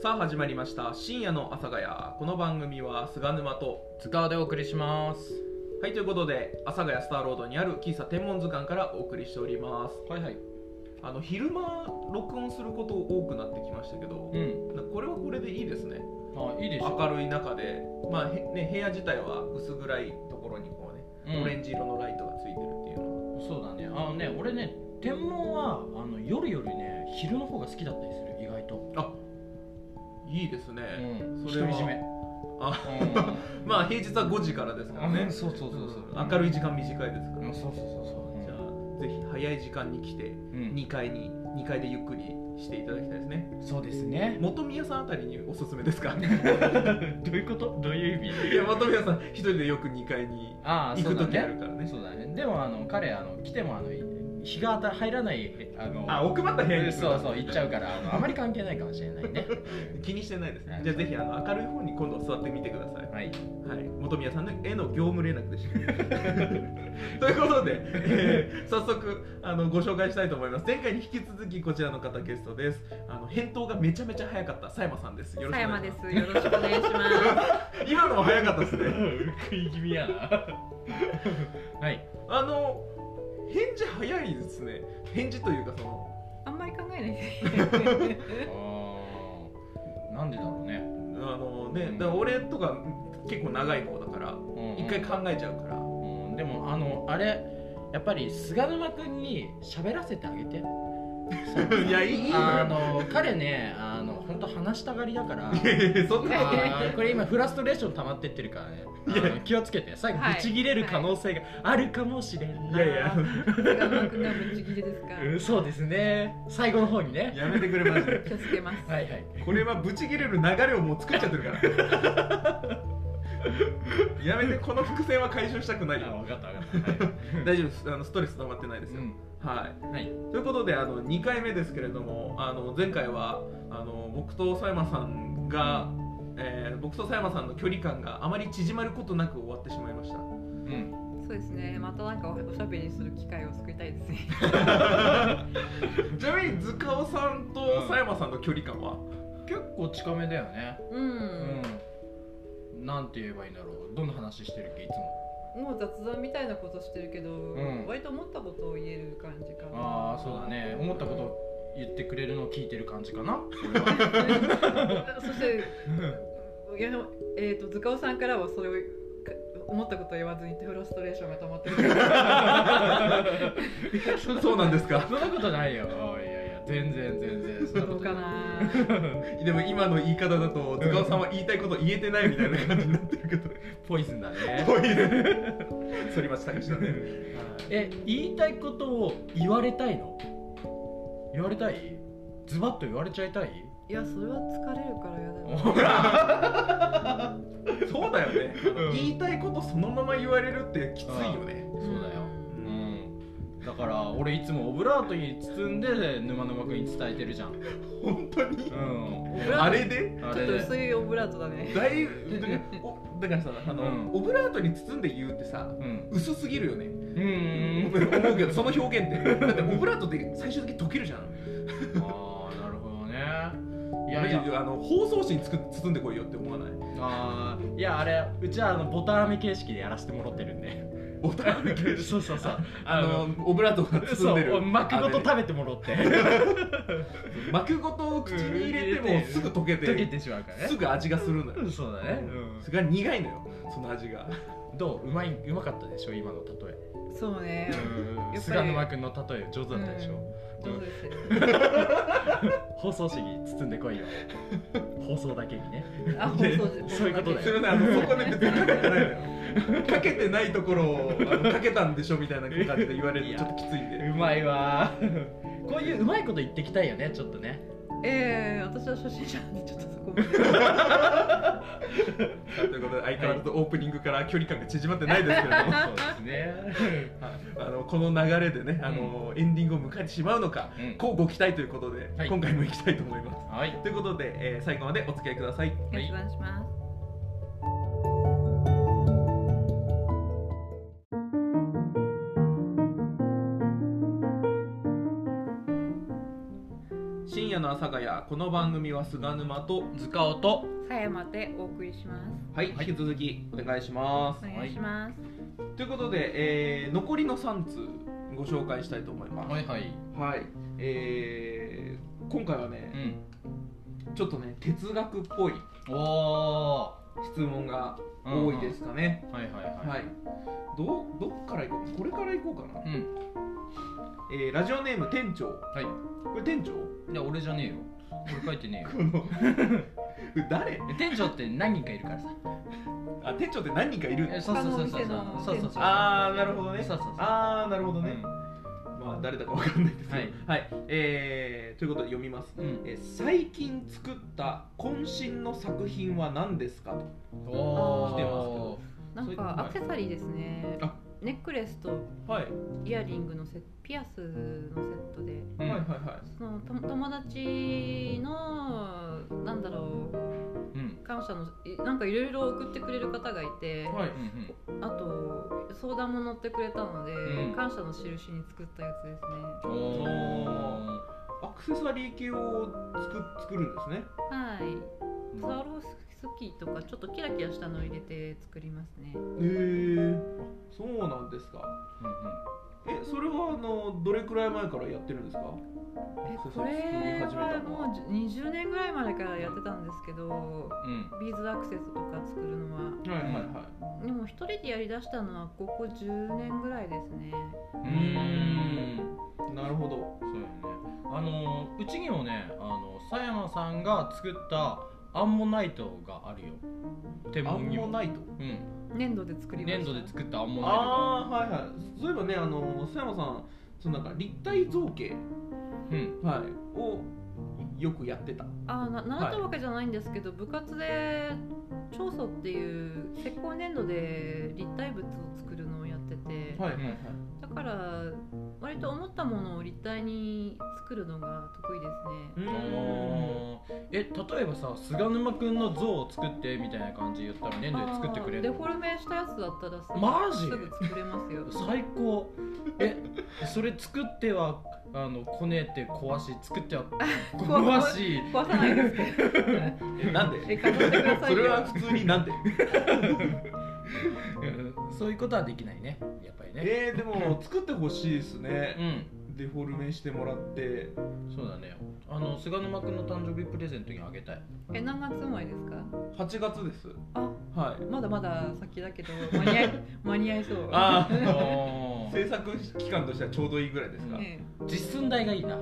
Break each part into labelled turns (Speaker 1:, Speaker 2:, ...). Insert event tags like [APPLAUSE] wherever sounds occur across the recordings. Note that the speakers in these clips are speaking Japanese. Speaker 1: さあ始まりました深夜の阿佐ヶ谷この番組は菅沼と
Speaker 2: 津川でお送りします
Speaker 1: はいということで阿佐ヶ谷スターロードにある喫茶天文図鑑からお送りしております
Speaker 2: はいはい
Speaker 1: あの昼間録音すること多くなってきましたけど
Speaker 2: うん
Speaker 1: なこれはこれでいいですね
Speaker 2: あいいでしょ
Speaker 1: 明るい中でまあへね部屋自体は薄暗いところにこう
Speaker 2: う
Speaker 1: ね
Speaker 2: ん
Speaker 1: オレンジ色のライトがついてるっていうの
Speaker 2: そうだねあのね俺ね天文はあの夜よりね昼の方が好きだったりする意外と
Speaker 1: がいいですね、
Speaker 2: うん
Speaker 1: それは
Speaker 2: 独り占め
Speaker 1: あ
Speaker 2: う
Speaker 1: まあ平日は5時からですから
Speaker 2: ん
Speaker 1: ね、
Speaker 2: うんそうそうそうそう
Speaker 1: 明るい時間短いですから、
Speaker 2: うんそうそうそうそう
Speaker 1: じゃあぜひ早い時間に来て
Speaker 2: うん
Speaker 1: 2階に2階でゆっくりしていただきたいですね
Speaker 2: そうですね
Speaker 1: 本宮さんあたりにおすすめですかい
Speaker 2: [LAUGHS] どういうことどういう意味
Speaker 1: や本宮さん一人でよく2階に
Speaker 2: ああ
Speaker 1: 行
Speaker 2: そう
Speaker 1: く
Speaker 2: だ
Speaker 1: 時ある
Speaker 2: ね
Speaker 1: からね
Speaker 2: そうだねでもあの彼あの来てもあの日が当た入らないあの
Speaker 1: あ奥まった部屋に
Speaker 2: そうそう行っちゃう
Speaker 1: か
Speaker 2: からあのあまり関係ないかもしれないね
Speaker 1: 気にしてないですね
Speaker 2: はい
Speaker 1: じゃあぜひあの明るい方に今度は座ってみてください
Speaker 2: はい
Speaker 1: はい本宮さんの絵の業務連絡で
Speaker 2: [LAUGHS]
Speaker 1: したということで、えー早速あのご紹介したいと思います前回に引き続きこちらの方ゲストですあの返答がめちゃめちゃ早かった佐山さんですよろ
Speaker 3: さ
Speaker 1: しく
Speaker 3: や
Speaker 1: お願
Speaker 3: ま
Speaker 1: いし
Speaker 3: で
Speaker 1: ます
Speaker 3: す。よろしくお願いします。
Speaker 1: 今のも早かったですね
Speaker 2: 食い気味 [LAUGHS] やなはい
Speaker 1: あの返事早いですね返事というかその
Speaker 3: あんまり考えないで。 [LAUGHS]
Speaker 2: あーなんでだろうね
Speaker 1: あのねだから俺とか結構長い方だから一回考えちゃうから
Speaker 2: うんでもあのあれやっぱり菅沼君に喋らせてあげて
Speaker 1: [LAUGHS] いやいいのよ
Speaker 2: あの彼ねあの本当話したがりだ [LAUGHS] から
Speaker 1: いやいや [LAUGHS] そんな
Speaker 2: あーこれ今フラストレーション溜まってってるからねあの
Speaker 1: いや
Speaker 2: 気をつけて最後
Speaker 3: はい
Speaker 2: ぶち切れる可能性があるかもしれん
Speaker 1: い
Speaker 2: な
Speaker 1: やいや
Speaker 3: 菅沼君がぶち切れですか。
Speaker 2: うんそうですね最後の方にね
Speaker 1: やめてくれマジで
Speaker 3: 気をつけ
Speaker 2: [LAUGHS]
Speaker 3: ます。
Speaker 2: はいはい
Speaker 1: これはブチ切れる流れをもう作っちゃってるから
Speaker 2: [LAUGHS]
Speaker 1: やめてこの伏線は解消したくないよ
Speaker 2: 分かった分かった、は
Speaker 1: 大丈夫ですあのストレス溜まってないで
Speaker 2: い
Speaker 1: すよ、はい
Speaker 2: [LAUGHS] うんはい、
Speaker 1: ということであの2回目ですけれどもあの前回はあの僕と佐山さんが、えー僕と佐山さんの距離感があまり縮まることなく終わってしまいました
Speaker 2: うん
Speaker 3: そうですね。またなんかおおしゃべりする機会を作りたいですね。
Speaker 1: ちなみに塚尾さんと佐山さんの距離感は、
Speaker 2: 結構近めだよね
Speaker 3: う。
Speaker 2: うんんなんて言えばいいんだろうどんな話してるっけいつも
Speaker 3: もう雑談みたいなことしてるけど、
Speaker 2: ん
Speaker 3: 割と思ったことを言える感じかな。
Speaker 2: ああそうだね思ったことを言ってくれるのを聞いてる感じかな俺は [LAUGHS]
Speaker 3: [LAUGHS] そして、いやでもえっ、と塚尾さんからはそれをか思ったことを言わずにフラストレーションが溜まってる。
Speaker 2: [LAUGHS]
Speaker 1: そうなんですか
Speaker 2: そんなことないよおいいやいや全然全然そんな
Speaker 3: ど
Speaker 2: こ
Speaker 3: う
Speaker 2: と
Speaker 3: か
Speaker 2: ない
Speaker 3: な。
Speaker 1: でも今の言い方だと塚尾さんは言いたいこと言えてないみたいな感じになってるけど
Speaker 2: ポイズンだね
Speaker 1: こういう反町隆史だね、はい
Speaker 2: え言いたいことを言われたいの言われたいズバッと言われちゃいたい
Speaker 3: いやそれは疲れるからやだ
Speaker 2: ほ
Speaker 3: よ。
Speaker 1: [LAUGHS]
Speaker 2: ら
Speaker 1: そうだよね、
Speaker 2: うん
Speaker 1: 言いたいことそのまま言われるってきついよね、
Speaker 2: [LAUGHS] そうだよ
Speaker 1: う
Speaker 2: うんんだから俺いつもオブラートに包んで沼沼くんに伝えてるじゃんう
Speaker 1: 本当に、
Speaker 2: ん
Speaker 1: あれで
Speaker 2: あ
Speaker 3: ちょ
Speaker 2: れ
Speaker 3: っと薄いオブラートだね。
Speaker 1: だいぶだからおだからさあの、
Speaker 2: うん
Speaker 1: オブラートに包んで言うってさ
Speaker 2: うん
Speaker 1: 薄すぎるよね、
Speaker 2: う
Speaker 1: 思
Speaker 2: ん
Speaker 1: うけどその表現ってだってオブラートって最終的に溶けるじゃん
Speaker 2: [LAUGHS] ああなるほどねいや
Speaker 1: マ
Speaker 2: い
Speaker 1: ジ
Speaker 2: や
Speaker 1: であの包装紙につく包んでこいよって思
Speaker 2: [LAUGHS]
Speaker 1: わない
Speaker 2: あーいやあれうちはあのボタン編み形式でやらせてもらってるんで
Speaker 1: ボタンける
Speaker 2: そうそう [LAUGHS] そう
Speaker 1: あのオブラートが包
Speaker 2: そ
Speaker 1: んで
Speaker 2: う
Speaker 1: る
Speaker 2: 膜ごと
Speaker 1: あ
Speaker 2: 食べてもら [LAUGHS] って
Speaker 1: れ膜ごとを口に入れてもすぐ溶けて
Speaker 2: 溶けてしまうからね
Speaker 1: すぐ味がするのよ
Speaker 2: うんそうだね、うん
Speaker 1: それが苦いのよその味が
Speaker 2: どううまいうまかったでしょ今の例え
Speaker 3: そうね。ぱり
Speaker 2: 菅沼君の例え上手だったでしょ、
Speaker 3: 上手ですよ。
Speaker 2: 放送紙に包んでこ [LAUGHS] いよ放送だけにね
Speaker 3: あ、放送時
Speaker 2: そういうことだよ
Speaker 1: それねあのそこね別にかけてないのよかけてないところをあのかけたんでしょみたいな感じで言われるとちょっときついん [LAUGHS] で
Speaker 2: うまいわー [LAUGHS] こういううまいこと言ってきたいよねちょっとね
Speaker 3: ええ私は初心者なんでちょっとそこまで。
Speaker 1: ということで相変わらずオープニングから距離感が縮まってないですけれ [LAUGHS] ども
Speaker 2: [LAUGHS] そうですね
Speaker 1: あのこの流れでねあの、エンディングを迎えてしまうのか、
Speaker 2: うん
Speaker 1: こうご期待ということで、
Speaker 2: はい
Speaker 1: 今回も行きたいと思います。
Speaker 2: はい
Speaker 1: ということで、えー最後までお付き合いください。
Speaker 2: はい
Speaker 3: 決断します。
Speaker 1: 深夜の朝がやこの番組は菅沼と
Speaker 2: 塚尾と
Speaker 3: さやまでお送りします
Speaker 1: はい、
Speaker 2: はい
Speaker 1: 引き続きお願いします
Speaker 3: お願いします
Speaker 1: ということで、えー残りの3通ご紹介したいと思います
Speaker 2: いはい
Speaker 1: はい、えー今回は
Speaker 2: う
Speaker 1: ね、
Speaker 2: ん
Speaker 1: ちょっとね哲学っぽい
Speaker 2: お
Speaker 1: 質問が
Speaker 2: ーうん
Speaker 1: 多いですかね、
Speaker 2: うんはいはいはい
Speaker 1: はいどうどっから行こうこれから行こうかな、
Speaker 2: うん
Speaker 1: えーラジオネーム店長
Speaker 2: はい
Speaker 1: これ店長こ
Speaker 2: いや俺じゃねえよ俺書いてねえよ
Speaker 1: の [LAUGHS] 誰
Speaker 2: [LAUGHS] え店長って何人かいるからさ
Speaker 1: あ店長って何人かいる
Speaker 2: えそうそうそうそうそう
Speaker 3: 他のお店の
Speaker 2: そうそうそう
Speaker 1: ああなるほどね
Speaker 2: そうそうそう
Speaker 1: ああなるほど
Speaker 2: う
Speaker 1: ね、
Speaker 2: ん
Speaker 1: まあ誰だかわかんないですけど
Speaker 2: はい
Speaker 1: えーということで読みます、
Speaker 2: うん
Speaker 1: えー最近作った渾身の作品は何ですかと
Speaker 2: おー
Speaker 1: 来てますけど
Speaker 3: なん
Speaker 1: それ
Speaker 3: かアクセサリーですね
Speaker 1: あ
Speaker 3: ネックレスと
Speaker 1: はい、
Speaker 3: イヤリングのセットピアスのセットで
Speaker 2: う
Speaker 1: は
Speaker 2: ん
Speaker 1: いはいは
Speaker 3: そのと友達のなんだろう
Speaker 2: うん
Speaker 3: 感謝のいなんかいろいろ送ってくれる方がいて、
Speaker 1: いはい
Speaker 2: うん
Speaker 3: あと相談も乗ってくれたので、
Speaker 2: うん
Speaker 3: 感謝の印に作ったやつですね
Speaker 2: うんおー
Speaker 1: アクセサリー系を作作るんですね
Speaker 3: はいスワロフスキーとかちょっとキラキラしたのを入れて作りますね
Speaker 1: へえそうなんですか
Speaker 2: うんうん
Speaker 1: えそれはあのどれくらい前からやってるんですか
Speaker 3: え
Speaker 1: アクセ
Speaker 3: こ
Speaker 1: サリー作り
Speaker 3: れ
Speaker 1: 始めた
Speaker 3: は
Speaker 1: のは
Speaker 3: もう20年ぐらい前からやってたんですけど
Speaker 2: うん
Speaker 3: ビーズアクセスとか作るのは
Speaker 1: はいはいはい、
Speaker 3: でも一人でやりだしたのはここ10年ぐらいですね
Speaker 2: うーん
Speaker 1: なるほど
Speaker 2: そうよねあのうちにもねあの佐山さんが作ったアンモナイトがあるよ天
Speaker 1: ア
Speaker 2: 文
Speaker 1: ン
Speaker 2: に
Speaker 1: モ
Speaker 2: も
Speaker 1: ナイト
Speaker 2: うん
Speaker 3: 粘土で作りました
Speaker 2: 粘土で作ったアンモナイトが
Speaker 1: ああはいはいそういえばねあの須山さんそのなんか立体造形、
Speaker 2: うん
Speaker 1: はい、をよくやってた
Speaker 3: あーな習ったわけじゃないんですけど、部活で長素っていう石膏粘土で立体物を作るのをやってて、
Speaker 1: はい
Speaker 2: はいはい
Speaker 3: だから割と思ったものを立体に作るのが得意ですね、
Speaker 2: あのーえ例えばさ菅沼くんの像を作ってみたいな感じ言ったら粘土で作ってくれ
Speaker 3: あーデ
Speaker 2: る
Speaker 3: フォルメしたやつだったらすぐ
Speaker 2: マジ
Speaker 3: すぐ作れますよ
Speaker 2: 最高えそれ作ってはあのこねて壊し作っては壊し
Speaker 3: 壊さないですけど [LAUGHS]
Speaker 1: えなん
Speaker 3: え
Speaker 1: で
Speaker 3: 飾ってください
Speaker 1: そ
Speaker 3: よ
Speaker 1: れは普通に [LAUGHS] なんで
Speaker 2: [LAUGHS] うんそういうことはできないねやっぱりね
Speaker 1: えー、でも作ってほしいです
Speaker 2: う
Speaker 1: ね、
Speaker 2: ん
Speaker 1: デフォルメしてもらって
Speaker 2: そうだねあの菅沼君の誕生日プレゼントにあげ [LAUGHS] たい
Speaker 3: え何月生まれですか
Speaker 1: 8月です
Speaker 3: あ
Speaker 1: はい
Speaker 3: まだまだ先だけど間に
Speaker 2: [LAUGHS]
Speaker 3: 合い間に合いそう
Speaker 1: ああ
Speaker 2: あー
Speaker 1: 制作期間としてはちょうどいいぐらいですか、
Speaker 3: ね
Speaker 2: 実寸大がいいな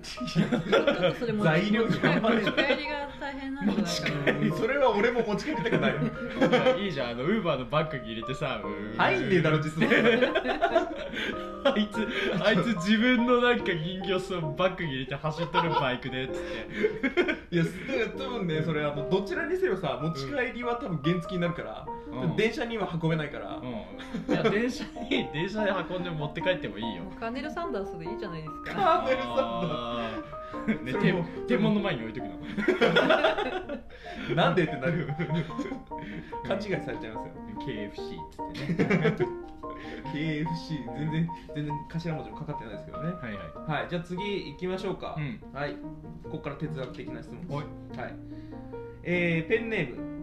Speaker 3: ちょっとそれも
Speaker 1: 材料
Speaker 3: 持ち帰
Speaker 1: が
Speaker 3: 持ち帰りが大変なんじゃないかな
Speaker 1: うん [LAUGHS] それは俺も持ち帰りたくないよ
Speaker 2: いいじゃんあのウーバーのバッグに入れてさ
Speaker 1: 入んねえだろ
Speaker 2: [LAUGHS]
Speaker 1: 実際
Speaker 2: あいつあいつ自分のなんか人形そのバッグに入れて走っとるバイクでっつって
Speaker 1: いやだから多分ねそれあのどちらにせよさ持ち帰りは多分原付になるから、
Speaker 2: うん
Speaker 1: 電車には運べないから、
Speaker 2: うんいや電車に電車で運んで持って帰ってもいいよ
Speaker 3: もうカーネル・サンダースでいいじゃないです
Speaker 1: カ
Speaker 3: か。
Speaker 1: ーネルさ
Speaker 2: あーね
Speaker 1: それも
Speaker 2: 天天門の前に置いと
Speaker 1: [LAUGHS]
Speaker 2: くの
Speaker 1: んだなんでってなるよ勘違いされちゃいますよ
Speaker 2: KFC っつってね
Speaker 1: KFC 全然全然頭文字もかかってないですけどね
Speaker 2: はいはい
Speaker 1: はいじゃあ次行きましょうか、
Speaker 2: うん
Speaker 1: はいここから哲学的な質問、
Speaker 2: はい
Speaker 1: はいえーペンネーム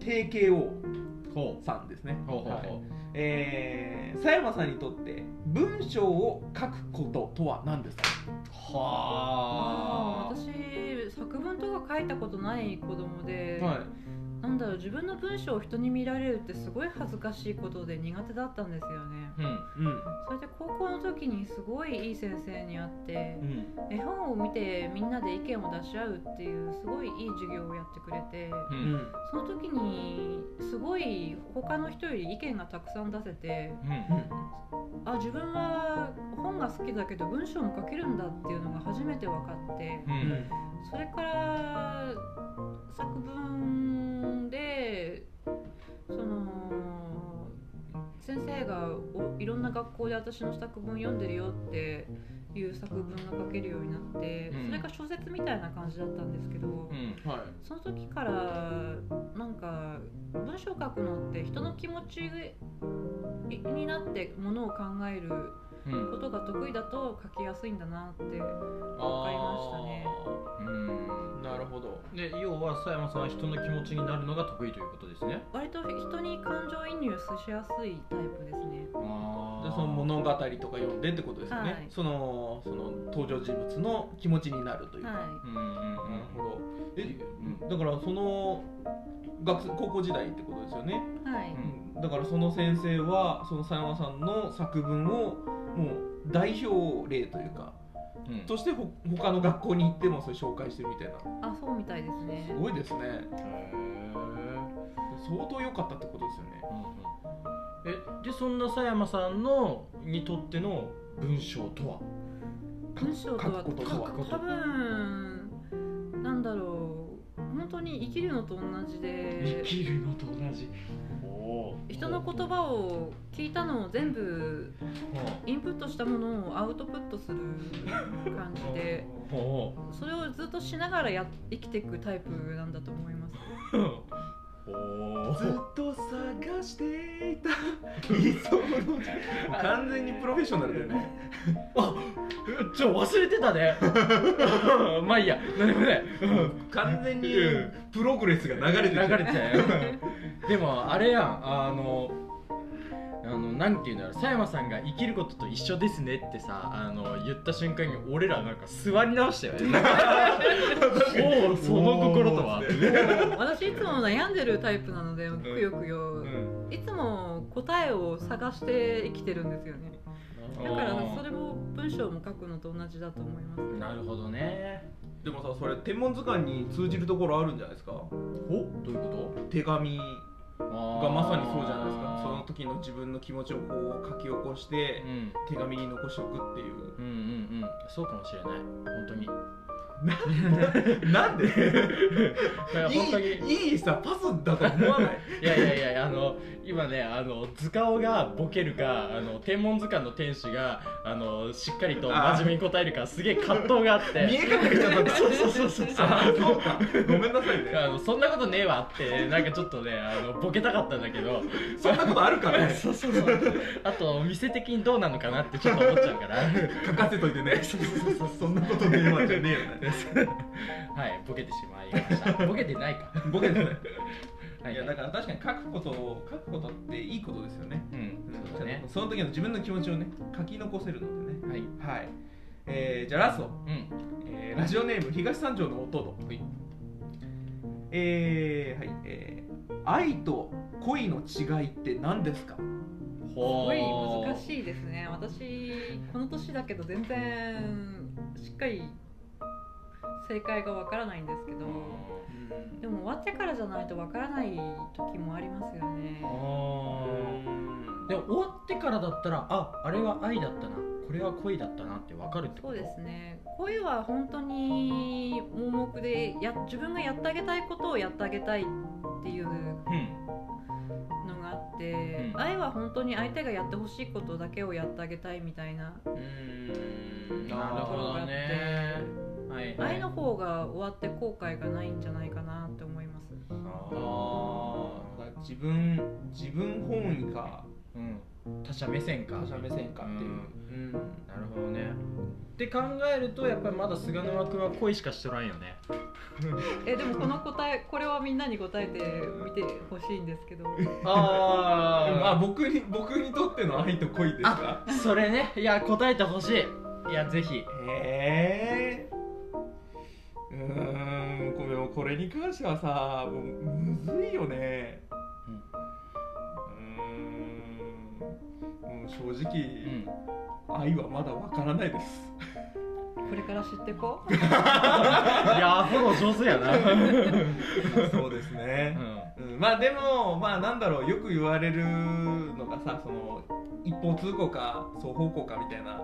Speaker 1: TKO
Speaker 2: ほう
Speaker 1: さんですね
Speaker 2: ほうほう
Speaker 1: はい
Speaker 2: ほ
Speaker 1: えー、佐山さんにとって文章を書くこととは何ですか
Speaker 2: うは
Speaker 3: あー私作文とか書いたことない子供で、
Speaker 1: はい
Speaker 3: なんだろう自分の文章を人に見られるってすごい恥ずかしいことで苦手だったんですよね
Speaker 2: うん
Speaker 1: うん
Speaker 3: それで高校の時にすごいいい先生に会って
Speaker 2: うん
Speaker 3: 絵本を見てみんなで意見を出し合うっていうすごいいい授業をやってくれて
Speaker 2: う
Speaker 1: うんん
Speaker 3: その時にすごい他の人より意見がたくさん出せて
Speaker 2: うん
Speaker 1: う
Speaker 3: あ自分は本が好きだけど文章も書けるんだっていうのが初めて分かって
Speaker 2: うんん
Speaker 3: それから作文でその先生がおいろんな学校で私の作文読んでるよっていう作文が書けるようになって
Speaker 2: うん
Speaker 3: それが小説みたいな感じだったんですけど
Speaker 2: うん
Speaker 1: はい
Speaker 3: その時からなんか文章書くのって人の気持ちになってものを考える
Speaker 2: うんうん
Speaker 3: ことが得意だと書きやすいんだなって
Speaker 2: わ
Speaker 3: かりましたね
Speaker 2: うん
Speaker 1: なるほど
Speaker 2: で要は佐山さんは人の気持ちになるのが得意ということですね
Speaker 3: 割と人に感情移入しやすいタイプですね
Speaker 2: あ
Speaker 1: でその物語とか読んでってことですよね、
Speaker 3: はい
Speaker 1: そのその登場人物の気持ちになるというか、
Speaker 3: は
Speaker 2: うんうんうん
Speaker 1: なるほどえ
Speaker 2: うん
Speaker 1: だからその学生高校時代ってことですよね、
Speaker 3: いはい、
Speaker 1: だからその先生はその佐山さんの作文をもう代表例というか
Speaker 2: うん
Speaker 1: としてほ他の学校に行ってもそれ紹介してるみたいな
Speaker 3: あそうみたいですね
Speaker 1: すごいですね
Speaker 2: へー
Speaker 1: 相当良かったってことですよね
Speaker 2: えでそんな佐山さんのにとっての文章とは
Speaker 3: 文章とは
Speaker 1: 書くこと
Speaker 2: とは
Speaker 3: 多分なんだろう本当に生きるのと同じで
Speaker 2: きるのと同じおー
Speaker 3: 人の言葉を聞いたのを全部インプットしたものをアウトプットする感じで
Speaker 2: おお
Speaker 3: それをずっとしながらや生きていくタイプなんだと思います
Speaker 2: お
Speaker 1: ずっと探してい [LAUGHS] た理想の完全にプロフェッショナルだよね
Speaker 2: あちょ忘れてたね [LAUGHS] まあいいや何もないうん
Speaker 1: [LAUGHS] 完全にプログレスが流れてき
Speaker 2: 流れ
Speaker 1: て
Speaker 2: てた
Speaker 1: [LAUGHS]
Speaker 2: よでもあれやんあのあのなんていうんだろう佐山さんが生きることと一緒ですねってさあの言った瞬間に俺らなんか座り直したよ
Speaker 1: [LAUGHS]
Speaker 2: ね [LAUGHS] おうその心とは
Speaker 1: おー
Speaker 3: 私いつも悩んでるタイプなのでくよくよいつも答えを探して生きてるんですよねだからそれも文章も書くのと同じだと思います
Speaker 2: なるほどね
Speaker 1: でもさそれ天文図鑑に通じるところあるんじゃないですか
Speaker 2: おどういうこ
Speaker 1: 手紙
Speaker 2: と
Speaker 1: がまさにそうじゃないですかその時の自分の気持ちをこう書き起こして
Speaker 2: うん
Speaker 1: 手紙に残しておくって [LAUGHS] いう
Speaker 2: うんうんうんそうかもしれない本当に
Speaker 1: なんで
Speaker 2: だから本当に
Speaker 1: いいいいさパスだと思わ [LAUGHS] ない
Speaker 2: いやいやいやいやあの今ねあの図鑑がボケるかあの天文図鑑の天使があのしっかりと真面目に答えるかすげえ葛藤があっ
Speaker 1: 見
Speaker 2: て
Speaker 1: え方がちょっ [LAUGHS] と
Speaker 2: そうそうそうそうそうあ
Speaker 1: あそうかごめんなさいね
Speaker 2: のそんなことねえわってなんかちょっとねあのボケたかったんだけど
Speaker 1: [LAUGHS] [LAUGHS] そんなことあるかね
Speaker 2: そうそうそうあとお店的にどうなのかなってちょっと思っちゃうから
Speaker 1: 書かせといてね
Speaker 2: そうそうそう
Speaker 1: そんなことねえわじゃねえよね [LAUGHS]
Speaker 2: はいボケてしまいましたボケてないか
Speaker 1: 僕ですね
Speaker 2: はい
Speaker 1: やだから確かに書くことを書くことっていいことですよね
Speaker 2: うんそうだね
Speaker 1: その時の自分の気持ちをね書き残せるのでね
Speaker 2: はい
Speaker 1: はい、えーじゃあラスト、
Speaker 2: うん
Speaker 1: えーラジオネーム東三条の弟
Speaker 2: はい
Speaker 1: えーはいえー愛と恋の違いって何ですか
Speaker 3: すごい難
Speaker 2: い
Speaker 3: しいですね私この年だけど全然しっかり正解がわからないんですけどでも終わってからじゃないとわからない時もありますよね
Speaker 2: でも終わってからだったらああれは愛だったなこれは恋だったなって分かるってこ
Speaker 3: そう
Speaker 2: と
Speaker 3: ですね恋は本当に盲目でや自分がやってあげたいことをやってあげたいっていう
Speaker 2: うん
Speaker 3: のがあって、
Speaker 2: うん
Speaker 3: 愛は本当に相手がやってほしいことだけをやってあげたいみたいな
Speaker 1: うん
Speaker 2: なるほどねはいはい
Speaker 3: 愛の方が終わって後悔がないんじゃないかなって思います
Speaker 1: あーだから自分自分本位か
Speaker 2: うん他者目線か
Speaker 1: 他者目線かっていう、うん
Speaker 2: なるほどねって考えるとやっぱりまだ菅沼君は恋しかしとらんよね
Speaker 3: えでもこの答えこれはみんなに答えてみてほしいんですけど
Speaker 1: [LAUGHS] あ
Speaker 2: あ
Speaker 1: 僕に僕にとっての愛と恋ですか
Speaker 2: あそれねいや答えてほしいいやぜひ
Speaker 1: へえうーんこれもこれに関してはさもうむずいよね
Speaker 2: う
Speaker 1: うーんもう正直、
Speaker 2: うん
Speaker 1: 愛はまだわからないです
Speaker 3: これから知ってこ
Speaker 2: [LAUGHS]
Speaker 3: う
Speaker 2: いやフォロー上手やな
Speaker 1: [LAUGHS] そうですね
Speaker 2: うん
Speaker 1: うん、まあでもまあなんだろうよく言われるのがさその一方通行か双方向かみたいな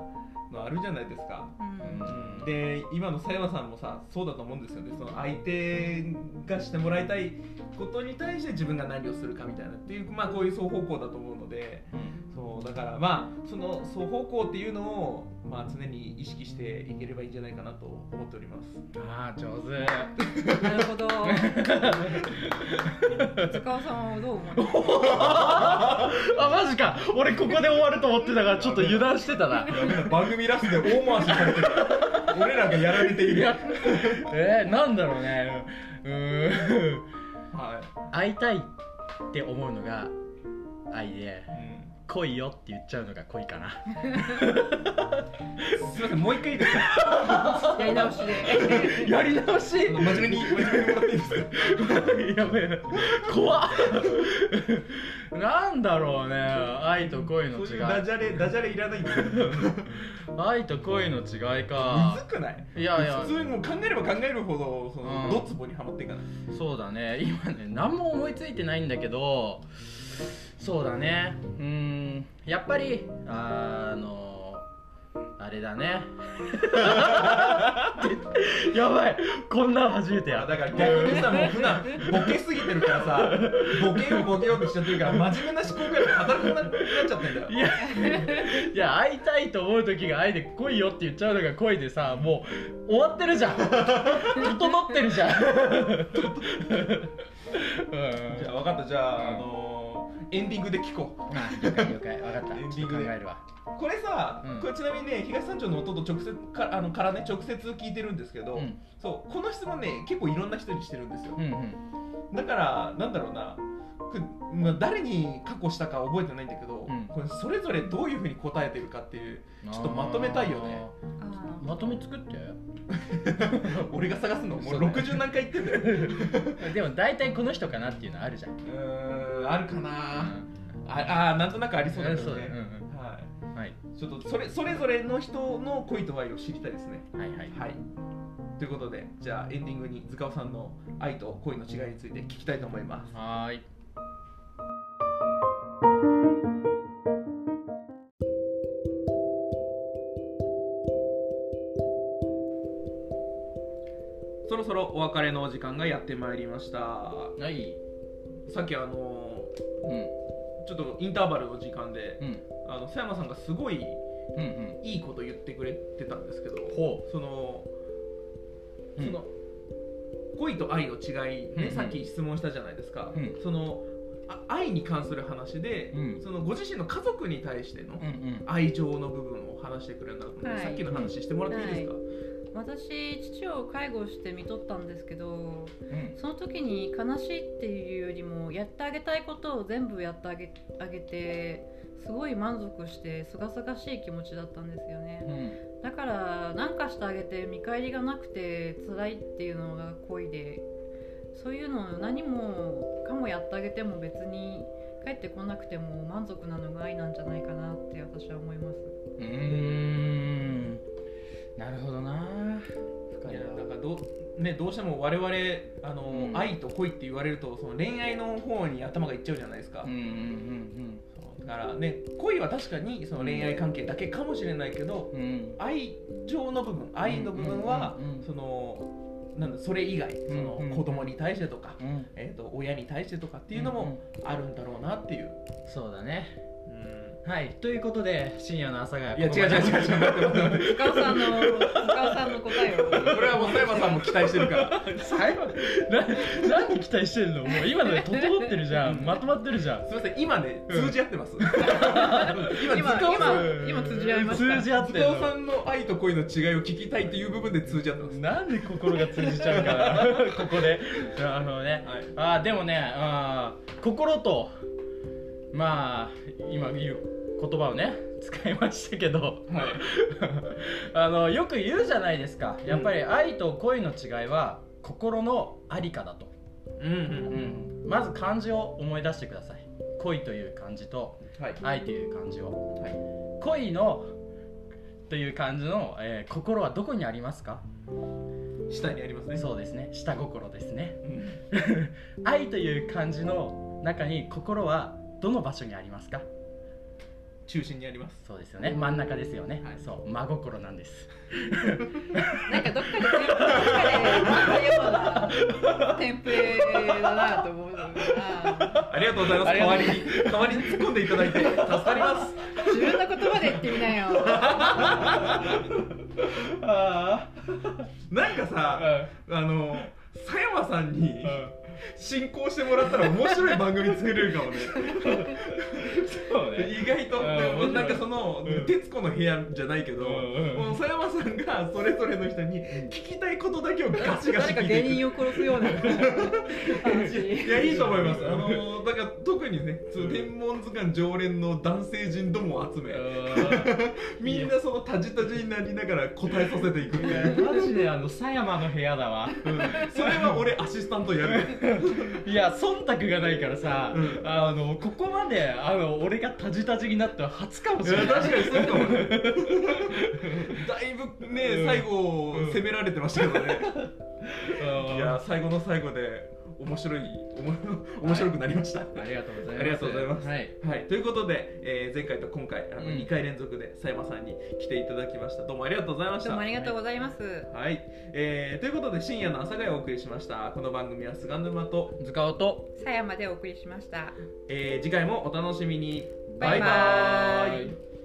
Speaker 1: のあるじゃないですか、
Speaker 3: うん
Speaker 2: うん
Speaker 1: で今の佐山さんもさそうだと思うんですよねその相手がしてもらいたいことに対して自分が何をするかみたいなっていうまあこういう双方向だと思うので
Speaker 2: うん
Speaker 1: そうそうだからまあその双方向っていうのを、まあ、常に意識していければいいんじゃないかなと思っております
Speaker 2: ああ上手
Speaker 3: なるほど塚尾さんはどう思います
Speaker 2: あマジか俺ここで終わると思ってたからちょっと油断してたな
Speaker 1: やべえ番組ラストで大回しされてる [LAUGHS] 俺らがやられてい
Speaker 2: い
Speaker 1: る
Speaker 2: やえー、なんだろうねうーん
Speaker 1: は
Speaker 2: 会いたいって思うのが愛で
Speaker 1: い、うん
Speaker 2: 恋よって言っちゃうのが恋かな
Speaker 1: すいませんもう一回いいですか
Speaker 3: やり直しで
Speaker 2: やり直し
Speaker 1: あの [LAUGHS] 真面目に真面目にもらっていいですか
Speaker 2: やべえ怖っなんだろうね愛と恋の
Speaker 1: そう
Speaker 2: 違
Speaker 1: いう
Speaker 2: い
Speaker 1: ダジャレダジャレいらないんですよ
Speaker 2: 愛と恋の違い
Speaker 1: むず
Speaker 2: か
Speaker 1: くない
Speaker 2: いやいや
Speaker 1: 普通にもう考えれば考えるほどその、
Speaker 2: うん
Speaker 1: ドツボにはまっていかない
Speaker 2: そうだね今ね何も思いついてないんだけどそうだねうーんやっぱりあのあれだね [LAUGHS] やばいこんなの初めてや
Speaker 1: だから逆にさもう普段ボケすぎてるからさ [LAUGHS] ボケようボケようとしちゃってるから真面目な思考が働かなくなっちゃってんだよ
Speaker 2: いやいや会いたいと思う時が愛で来いよって言っちゃうのが恋でさもう終わってるじゃん整ってる
Speaker 1: [LAUGHS]
Speaker 2: じゃんうん
Speaker 1: じゃあ分かったじゃあ、あのーエンディングで聞こう
Speaker 2: あ了解了解分かった
Speaker 1: エンディングで
Speaker 2: ちょっと考えるわ
Speaker 1: これさ、
Speaker 2: うん
Speaker 1: これちなみにね東山町の弟と直接かあのからね直接聞いてるんですけど、
Speaker 2: うん
Speaker 1: そうこの質問ね結構いろんな人にしてるんですよ
Speaker 2: う、んうん
Speaker 1: だからなんだろうなくまあ、誰に過去したか覚えてないんだけど、
Speaker 2: うん
Speaker 1: これそれぞれどういうふうに答えてるかっていうちょっとまとめたいよね
Speaker 3: あ
Speaker 2: まとめ作って [LAUGHS]
Speaker 1: 俺が探すのもう
Speaker 2: そうだね
Speaker 1: 60何回言ってんだよ
Speaker 2: でも大体この人かなっていうのあるじゃん
Speaker 1: うーんあるかな、
Speaker 2: ん
Speaker 1: ああーなんとなくありそうだけ
Speaker 2: そ
Speaker 1: ど
Speaker 2: うだね
Speaker 1: ね、
Speaker 2: うん
Speaker 1: は
Speaker 2: うんはい
Speaker 1: い、ちょっとそれそれぞれの人の恋と愛を知りたいですね
Speaker 2: はいはい
Speaker 1: はいということでじゃあエンディングに塚尾さんの愛と恋の違いについて聞きたいと思います
Speaker 2: はーい
Speaker 1: そろそろお別れのお時間がやってまいりました
Speaker 2: はい
Speaker 1: さっきあの
Speaker 2: うん
Speaker 1: ちょっとインターバルの時間で
Speaker 2: うん
Speaker 1: あの佐山さんがすごい
Speaker 2: うんうん
Speaker 1: いいこと言ってくれてたんですけど
Speaker 2: ほ
Speaker 1: その
Speaker 2: う
Speaker 1: そ
Speaker 2: ん
Speaker 1: の、恋と愛の違いね、
Speaker 2: うん
Speaker 1: さっき質問したじゃないですか、
Speaker 2: うん
Speaker 1: そのあ愛に関する話で、
Speaker 2: うん
Speaker 1: そのご自身の家族に対しての
Speaker 2: うんうん
Speaker 1: 愛情の部分を話してくれるなと思って、
Speaker 3: はい
Speaker 1: さっきの話してもらっていいですか、
Speaker 3: 私父を介護して見とったんですけど
Speaker 2: うん
Speaker 3: その時に悲しいっていうよりもやってあげたいことを全部やってあげあげてすごい満足してすがすがしい気持ちだったんですよね
Speaker 2: うん
Speaker 3: だから何かしてあげて見返りがなくて辛いっていうのが恋でそういうのを何もかもやってあげても別に帰ってこなくても満足なのが愛なんじゃないかなって私は思います
Speaker 2: うーんなるほどな深
Speaker 1: い
Speaker 2: い
Speaker 1: や
Speaker 2: な
Speaker 1: なんかどうね、どうしても我々あの、
Speaker 2: うん
Speaker 1: 愛と恋って言われるとその恋愛の方に頭がいっちゃうじゃないですか、
Speaker 2: うんうん
Speaker 1: そうだからね恋は確かにその恋愛関係だけかもしれないけど、
Speaker 2: うんうん
Speaker 1: 愛情の部分愛の部分は、
Speaker 2: うんうんうんうん
Speaker 1: そのなんだそれ以外その、
Speaker 2: うんうんうん
Speaker 1: 子供に対してとか、
Speaker 2: うんっ
Speaker 1: えー、と親に対してとかっていうのもあるんだろうなっていう、
Speaker 2: そうだね
Speaker 1: うん
Speaker 2: はいということで深夜の朝が
Speaker 1: いや違う違う違う違う待って待って待って
Speaker 3: 塚尾さんの塚尾さんの答えを
Speaker 1: これはもう佐山さんも期待してる [LAUGHS] から
Speaker 2: 最後な何期待してんのもう今ので整ってるじゃんまとまってるじゃ
Speaker 1: す
Speaker 2: ん
Speaker 1: みません今ね
Speaker 2: うん
Speaker 1: 通じ合ってます、 [LAUGHS] 今
Speaker 3: 今
Speaker 1: 塚尾さん
Speaker 3: 今今通じ合いました
Speaker 2: 通じ合ってん
Speaker 1: 塚尾さ
Speaker 2: の
Speaker 1: んの愛と恋の違いを聞きたいっていう部分で通じ合ってます、
Speaker 2: なんで心が通じちゃうかな
Speaker 3: [LAUGHS]
Speaker 2: ここであのね
Speaker 1: はい、
Speaker 2: あーでもねあー心とまあ今言う言葉をね使いましたけど [LAUGHS]
Speaker 1: はい
Speaker 2: あのよく言うじゃないですかやっぱり愛と恋の違いは心のありかだと、
Speaker 1: うんうん
Speaker 2: まず漢字を思い出してください恋という漢字と
Speaker 1: はい
Speaker 2: 愛という漢字を
Speaker 1: はい
Speaker 2: 恋のという漢字の、えー心はどこにありますか
Speaker 1: 下にありますね
Speaker 2: そうですね下心ですね [LAUGHS]
Speaker 1: うん、
Speaker 2: 愛という漢字の中に心はどの場所にありますか
Speaker 1: 中心にあります
Speaker 2: そうですよね真ん中ですよね、
Speaker 1: はい
Speaker 2: そう真心なんです
Speaker 3: なんかどっかでどっかでようなテンプレだなと思うのが
Speaker 1: ありがとうございます
Speaker 2: あり
Speaker 1: 代
Speaker 2: がとう
Speaker 1: わりに代わりに突っ込んでいただいて助かります
Speaker 3: 言葉で言ってみなよ
Speaker 2: あ
Speaker 1: なんか
Speaker 2: あ
Speaker 1: さあの佐山さんに進行してもらったら面白い番組作れるかもね
Speaker 2: そうね [LAUGHS]
Speaker 1: 意外と
Speaker 2: うん
Speaker 1: でも
Speaker 2: 面白い
Speaker 1: なんかその
Speaker 2: う
Speaker 1: 『
Speaker 2: ん
Speaker 1: 徹子の部屋』じゃないけど
Speaker 2: うんうん
Speaker 1: もう佐山さんがそれぞれの人に聞きたいことだけをガシガシ
Speaker 3: 誰か
Speaker 1: 聞いて
Speaker 3: 芸
Speaker 1: いく
Speaker 3: 人を殺すような
Speaker 1: い
Speaker 3: [LAUGHS] 話
Speaker 1: やいいと思いますあのだから特にねその天文図鑑常連の男性陣どもを集めみんなそのタジタジになりながら答えさせていくっていう、
Speaker 2: マジであの狭山の部屋だわ
Speaker 1: うんそれは俺アシスタントやる
Speaker 2: いや忖度がないからさ、
Speaker 1: うん
Speaker 2: あのここまであの俺がタジタジになったの初かも
Speaker 1: い
Speaker 2: しれ
Speaker 1: や
Speaker 2: ない
Speaker 1: 確かにそうかもねだいぶね、
Speaker 2: うん
Speaker 1: 最後
Speaker 2: うん
Speaker 1: 責められてましたけどね、
Speaker 2: うん
Speaker 1: いや最後の最後で面白いおも [LAUGHS] 面白くなりました、
Speaker 2: ありがとうございます
Speaker 1: ありがとうございます
Speaker 2: はい、
Speaker 1: はい、ということで、えー前回と今回あの
Speaker 2: うん
Speaker 1: 2回連続で佐山さんに来ていただきましたどうもありがとうございまし
Speaker 3: どう
Speaker 1: た
Speaker 3: もありがとうございます
Speaker 1: はい、えーということで深夜の朝がお送りしましたこの番組は菅沼と、
Speaker 2: 塚尾と
Speaker 3: さやまでお送りしました
Speaker 1: えー次回もお楽しみに
Speaker 3: バイバーイ
Speaker 1: イ